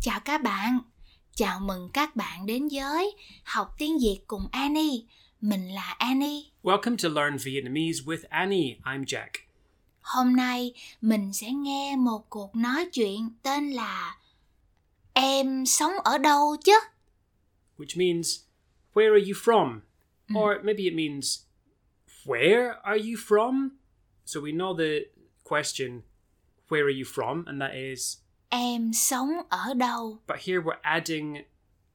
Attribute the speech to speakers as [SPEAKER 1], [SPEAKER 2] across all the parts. [SPEAKER 1] Chào các bạn, chào mừng các bạn đến với học tiếng Việt cùng Annie. Mình là Annie.
[SPEAKER 2] Welcome to Learn Vietnamese with Annie. I'm Jack.
[SPEAKER 1] Hôm nay mình sẽ nghe một cuộc nói chuyện tên là Em sống ở đâu chứ?
[SPEAKER 2] which means, Where are you from? Or maybe it means, Where are you from? So we know the question, Where are you from? And that is,
[SPEAKER 1] Em sống ở đâu
[SPEAKER 2] but here we're adding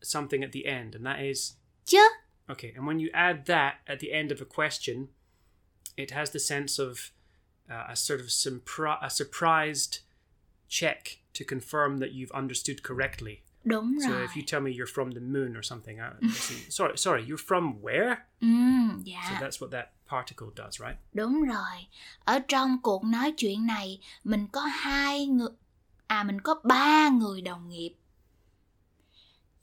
[SPEAKER 2] something at the end, and that is,
[SPEAKER 1] chứ?
[SPEAKER 2] okay. And when you add that at the end of a question, it has the sense of uh, a sort of surpri- a surprised check to confirm that you've understood correctly.
[SPEAKER 1] Đúng
[SPEAKER 2] So
[SPEAKER 1] rồi.
[SPEAKER 2] if you tell me you're from the moon or something, I, listen, sorry, sorry, you're from where?
[SPEAKER 1] Ừm, dạ.
[SPEAKER 2] So that's what that particle does, right?
[SPEAKER 1] Đúng rồi, ở trong cuộc nói chuyện này mình có hai người à mình có ba người đồng nghiệp.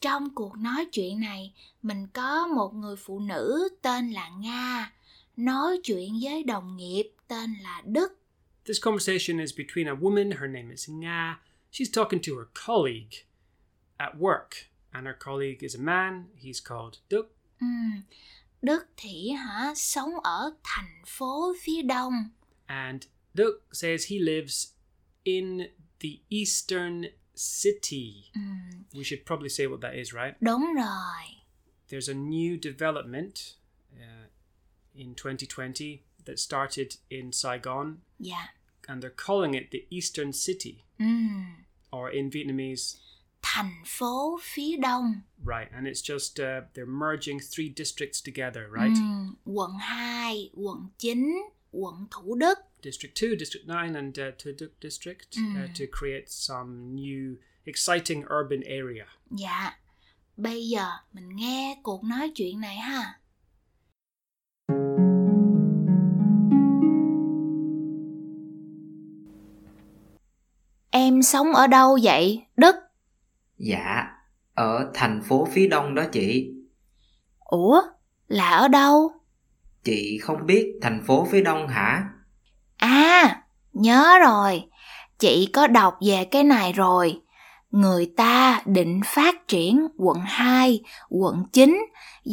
[SPEAKER 1] Trong cuộc nói chuyện này, mình có một người phụ nữ tên là Nga nói chuyện với đồng nghiệp tên là Đức.
[SPEAKER 2] This conversation is between a woman, her name is Nga. She's talking to her colleague at work, and her colleague is a man. He's called Duk.
[SPEAKER 1] Ừm, Đức thì hả sống ở thành phố phía đông.
[SPEAKER 2] And Duk says he lives in the eastern city.
[SPEAKER 1] Ừm,
[SPEAKER 2] We should probably say what that is, right?
[SPEAKER 1] đúng rồi.
[SPEAKER 2] there's a new development uh, in 2020 that started in Saigon,
[SPEAKER 1] Dạ.
[SPEAKER 2] and they're calling it the Eastern City,
[SPEAKER 1] Ừm,
[SPEAKER 2] or in Vietnamese,
[SPEAKER 1] thành phố phía đông.
[SPEAKER 2] right? And it's just uh, they're merging three districts together, right?
[SPEAKER 1] Ừm, quận 2, quận 9, quận Thủ Đức.
[SPEAKER 2] District 2, District 9, and uh, Thu Duc District uh,
[SPEAKER 1] Mm.
[SPEAKER 2] to create some new exciting urban area.
[SPEAKER 1] Dạ. Bây giờ mình nghe cuộc nói chuyện này ha. Em sống ở đâu vậy, Đức?
[SPEAKER 3] Dạ, ở thành phố phía đông đó chị.
[SPEAKER 1] Ủa, là ở đâu?
[SPEAKER 3] Chị không biết thành phố phía đông hả?
[SPEAKER 1] À, nhớ rồi. Chị có đọc về cái này rồi. Người ta định phát triển quận 2, quận 9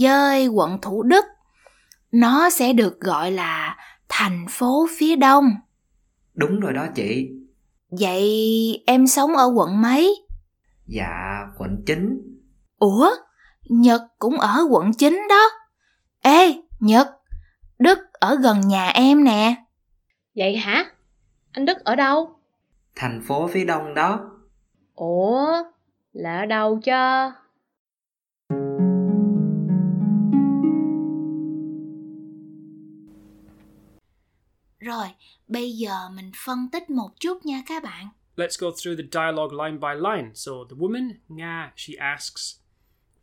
[SPEAKER 1] với quận Thủ Đức. Nó sẽ được gọi là thành phố phía đông.
[SPEAKER 3] Đúng rồi đó chị.
[SPEAKER 1] Vậy em sống ở quận mấy?
[SPEAKER 3] Dạ, quận 9.
[SPEAKER 1] Ủa, Nhật cũng ở quận 9 đó. Ê, Nhật, Đức ở gần nhà em nè.
[SPEAKER 4] Vậy hả? Anh Đức ở đâu?
[SPEAKER 3] Thành phố phía đông đó.
[SPEAKER 4] Ủa, là ở đâu chứ?
[SPEAKER 1] Rồi, bây giờ mình phân tích một chút nha các bạn.
[SPEAKER 2] Let's go through the dialogue line by line. So the woman, Nga, she asks,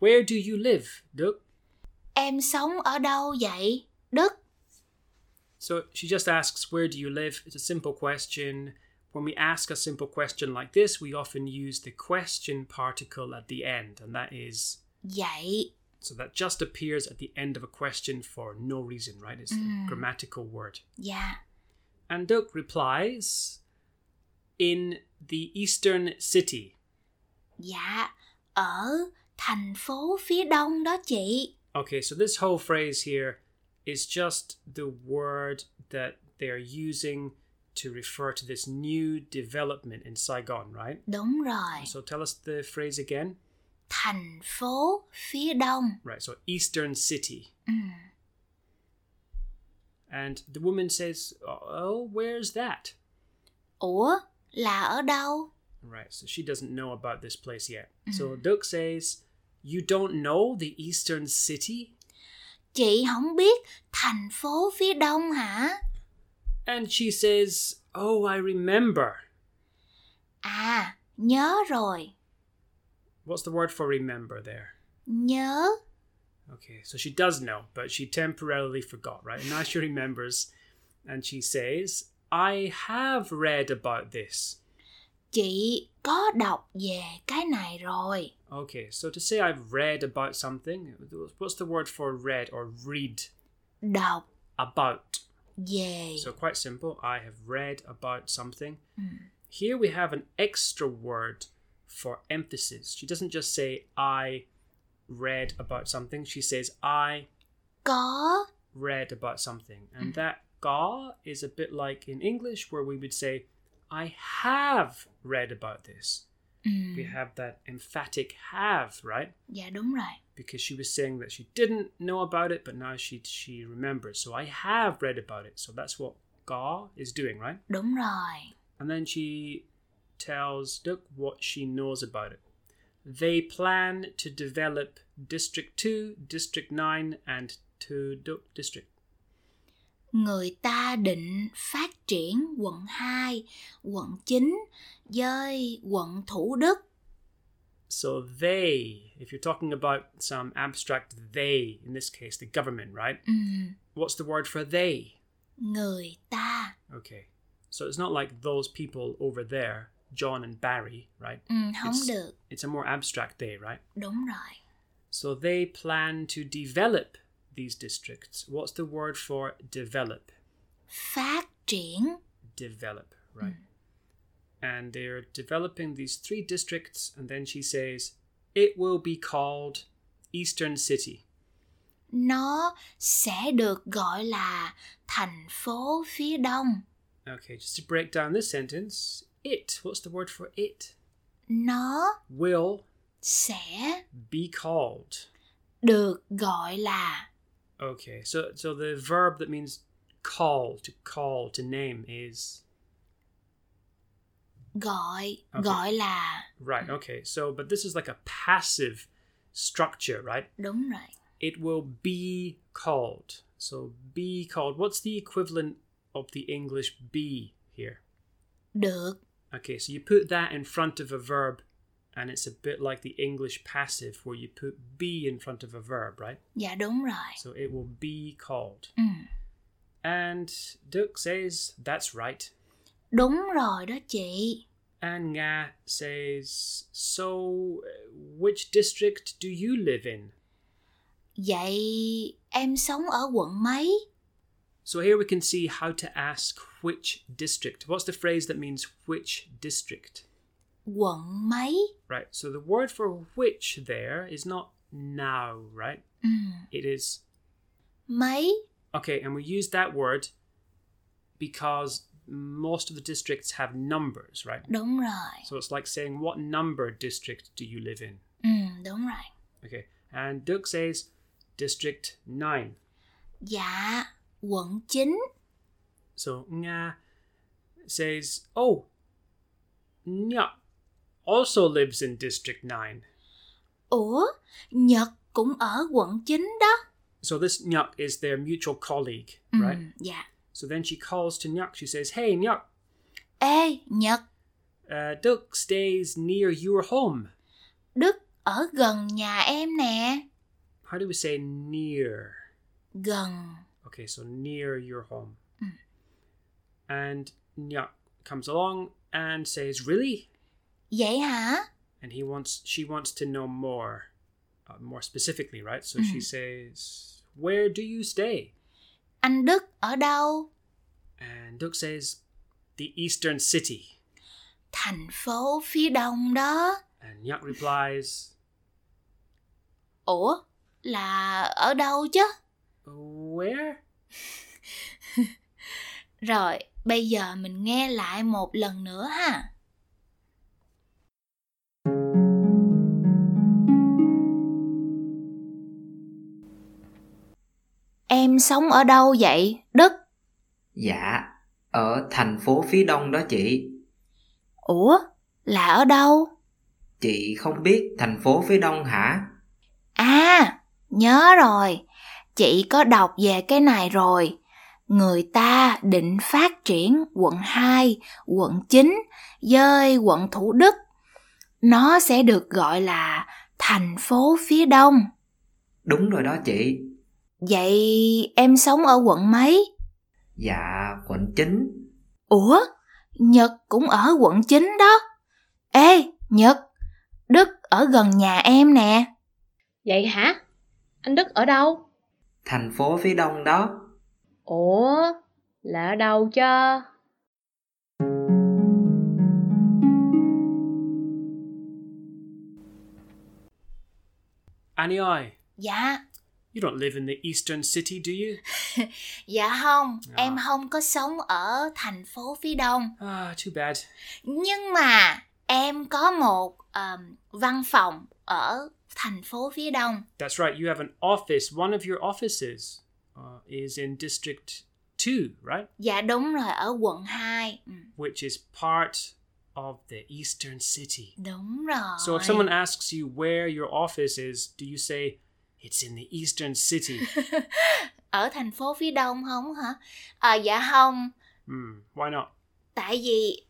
[SPEAKER 2] Where do you live, Duc?
[SPEAKER 1] Em sống ở đâu vậy? Đức.
[SPEAKER 2] So she just asks, Where do you live? It's a simple question. When we ask a simple question like this, we often use the question particle at the end, and that is
[SPEAKER 1] Vậy.
[SPEAKER 2] so that just appears at the end of a question for no reason, right? It's
[SPEAKER 1] Mm.
[SPEAKER 2] a grammatical word.
[SPEAKER 1] Dạ.
[SPEAKER 2] And Duke replies, In the eastern city.
[SPEAKER 1] Dạ. Ở thành phố phía đông đó chị.
[SPEAKER 2] Okay, so this whole phrase here is just the word that they're using to refer to this new development in Saigon, right?
[SPEAKER 1] Đúng rồi.
[SPEAKER 2] So tell us the phrase again.
[SPEAKER 1] Thành phố phía đông.
[SPEAKER 2] Right, so Eastern City.
[SPEAKER 1] Ừ.
[SPEAKER 2] And the woman says, Oh, where's that?
[SPEAKER 1] Ủa? Là ở đâu?
[SPEAKER 2] Right, so she doesn't know about this place yet. So Duke says, You don't know the Eastern City?
[SPEAKER 1] Chị không biết thành phố phía đông hả?
[SPEAKER 2] And she says, Oh, I remember.
[SPEAKER 1] À, nhớ rồi.
[SPEAKER 2] What's the word for remember there?
[SPEAKER 1] Nhớ.
[SPEAKER 2] Okay, so she does know, but she temporarily forgot, right? And now she remembers. And she says, I have read about this.
[SPEAKER 1] Chị có đọc về cái này rồi.
[SPEAKER 2] Okay, so to say I've read about something, what's the word for read or read?
[SPEAKER 1] Đọc
[SPEAKER 2] About.
[SPEAKER 1] về.
[SPEAKER 2] So quite simple. I have read about something.
[SPEAKER 1] Ừ.
[SPEAKER 2] Here we have an extra word for emphasis. She doesn't just say, I read about something. She says, I
[SPEAKER 1] có
[SPEAKER 2] read about something. And that ga is a bit like in English where we would say, I have read about this.
[SPEAKER 1] ừ,
[SPEAKER 2] We have that emphatic have, right?
[SPEAKER 1] dạ đúng rồi
[SPEAKER 2] Because she was saying that she didn't know about it, but now she she remembers. So I have read about it. So that's what ga is doing, right?
[SPEAKER 1] đúng rồi
[SPEAKER 2] And then she tells Duck what she knows about it. They plan to develop District 2, District 9, and to Duck District.
[SPEAKER 1] người ta định phát triển quận 2, quận 9 với quận Thủ Đức.
[SPEAKER 2] So they, if you're talking about some abstract they, in this case the government, right?
[SPEAKER 1] Ừm,
[SPEAKER 2] What's the word for they?
[SPEAKER 1] Ừ. người ta
[SPEAKER 2] Okay. So it's not like those people over there, John and Barry, right?
[SPEAKER 1] Ừm, Ừ, không
[SPEAKER 2] It's-
[SPEAKER 1] được,
[SPEAKER 2] It's a more abstract they, right?
[SPEAKER 1] đúng rồi.
[SPEAKER 2] So they plan to develop these districts. What's the word for develop?
[SPEAKER 1] Phát triển
[SPEAKER 2] Develop, right? And they're developing these three districts, and then she says, it will be called Eastern City.
[SPEAKER 1] nó sẽ được gọi là thành phố phía đông.
[SPEAKER 2] Okay, just to break down this sentence, it, what's the word for it?
[SPEAKER 1] Nó
[SPEAKER 2] Will
[SPEAKER 1] sẽ
[SPEAKER 2] be called.
[SPEAKER 1] được gọi là
[SPEAKER 2] Okay, so so the verb that means call, to call, to name is
[SPEAKER 1] gọi
[SPEAKER 2] Ok.
[SPEAKER 1] gọi là
[SPEAKER 2] right. Okay, so but this is like a passive structure, right?
[SPEAKER 1] đúng rồi.
[SPEAKER 2] It will be called. So be called. What's the equivalent of the English be here?
[SPEAKER 1] Được
[SPEAKER 2] Okay, so you put that in front of a verb, and it's a bit like the English passive where you put be in front of a verb, right?
[SPEAKER 1] dạ đúng rồi.
[SPEAKER 2] So it will be called.
[SPEAKER 1] Ừ,
[SPEAKER 2] And Duke says, that's right.
[SPEAKER 1] đúng rồi đó chị.
[SPEAKER 2] And Nga says, so uh, which district do you live in?
[SPEAKER 1] Vậy em sống ở quận mấy?
[SPEAKER 2] So here we can see how to ask which district. What's the phrase that means which district?
[SPEAKER 1] Quận mấy?
[SPEAKER 2] Right, so the word for which there is not now, right?
[SPEAKER 1] Ừ.
[SPEAKER 2] It is
[SPEAKER 1] Mấy?
[SPEAKER 2] Okay, and we use that word because most of the districts have numbers, right?
[SPEAKER 1] Đúng rồi.
[SPEAKER 2] So it's like saying, what number district do you live in?
[SPEAKER 1] Ừ, đúng rồi.
[SPEAKER 2] Okay, and Duke says, District 9.
[SPEAKER 1] Dạ, quận 9.
[SPEAKER 2] So Nga says, oh, Nya also lives in District 9.
[SPEAKER 1] Ủa, Nhật cũng ở quận 9 đó.
[SPEAKER 2] So this Nyak is their mutual colleague,
[SPEAKER 1] Ừ,
[SPEAKER 2] right?
[SPEAKER 1] Dạ.
[SPEAKER 2] So then she calls to Nyak. She says, hey, Nyak,
[SPEAKER 1] Ê, Nhật,
[SPEAKER 2] uh, Duke stays near your home.
[SPEAKER 1] Đức ở gần nhà em nè.
[SPEAKER 2] How do we say near?
[SPEAKER 1] Gần.
[SPEAKER 2] Okay, so near your home.
[SPEAKER 1] Mm.
[SPEAKER 2] And Nyak comes along and says, "Really?"
[SPEAKER 1] Vậy hả?
[SPEAKER 2] And he wants she wants to know more, uh, more specifically, right? So she
[SPEAKER 1] Mm.
[SPEAKER 2] says, "Where do you stay?"
[SPEAKER 1] Anh Đức ở đâu?
[SPEAKER 2] And Duke says, "The Eastern City."
[SPEAKER 1] Thành phố phía đông đó.
[SPEAKER 2] And Nyak replies,
[SPEAKER 1] Ủa, là ở đâu chứ?
[SPEAKER 2] "Where?"
[SPEAKER 1] Rồi, bây giờ mình nghe lại một lần nữa ha. Em sống ở đâu vậy, Đức?
[SPEAKER 3] Dạ, ở thành phố phía đông đó chị.
[SPEAKER 1] Ủa, là ở đâu?
[SPEAKER 3] Chị không biết thành phố phía đông hả?
[SPEAKER 1] À, nhớ rồi. Chị có đọc về cái này rồi. Người ta định phát triển quận 2, quận 9 với quận Thủ Đức. Nó sẽ được gọi là thành phố phía đông.
[SPEAKER 3] Đúng rồi đó chị.
[SPEAKER 1] Vậy em sống ở quận mấy?
[SPEAKER 3] Dạ, quận 9.
[SPEAKER 1] Ủa, Nhật cũng ở quận 9 đó. Ê, Nhật, Đức ở gần nhà em nè.
[SPEAKER 4] Vậy hả? Anh Đức ở đâu?
[SPEAKER 3] Thành phố phía đông đó.
[SPEAKER 4] Ủa, là ở đâu chứ?
[SPEAKER 2] Annie I,
[SPEAKER 1] Dạ,
[SPEAKER 2] you don't live in the eastern city, do you?
[SPEAKER 1] dạ không,
[SPEAKER 2] Dạ.
[SPEAKER 1] em không có sống ở thành phố phía đông.
[SPEAKER 2] Ah, too bad.
[SPEAKER 1] Nhưng mà em có một um, văn phòng ở thành phố phía đông.
[SPEAKER 2] That's right, you have an office. One of your offices uh, is in District 2, right?
[SPEAKER 1] Dạ đúng rồi, ở quận 2. Ừ,
[SPEAKER 2] Which is part of the eastern city.
[SPEAKER 1] đúng rồi.
[SPEAKER 2] So if someone asks you where your office is, do you say, it's in the eastern city?
[SPEAKER 1] ở thành phố phía đông không hả? À, dạ không,
[SPEAKER 2] Hmm, why not?
[SPEAKER 1] tại vì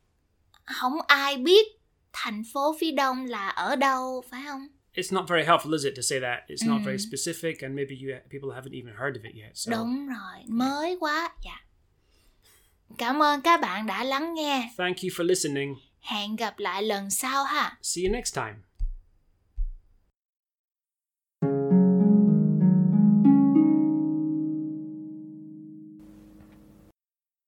[SPEAKER 1] không ai biết thành phố phía đông là ở đâu phải không?
[SPEAKER 2] It's not very helpful, is it, to say that? It's not very
[SPEAKER 1] Mm.
[SPEAKER 2] specific, and maybe you people haven't even heard of it yet. So
[SPEAKER 1] Đúng rồi, mới quá. Dạ. Cảm ơn các bạn đã lắng nghe.
[SPEAKER 2] thank you for listening.
[SPEAKER 1] Hẹn gặp lại lần sau ha.
[SPEAKER 2] See you next time.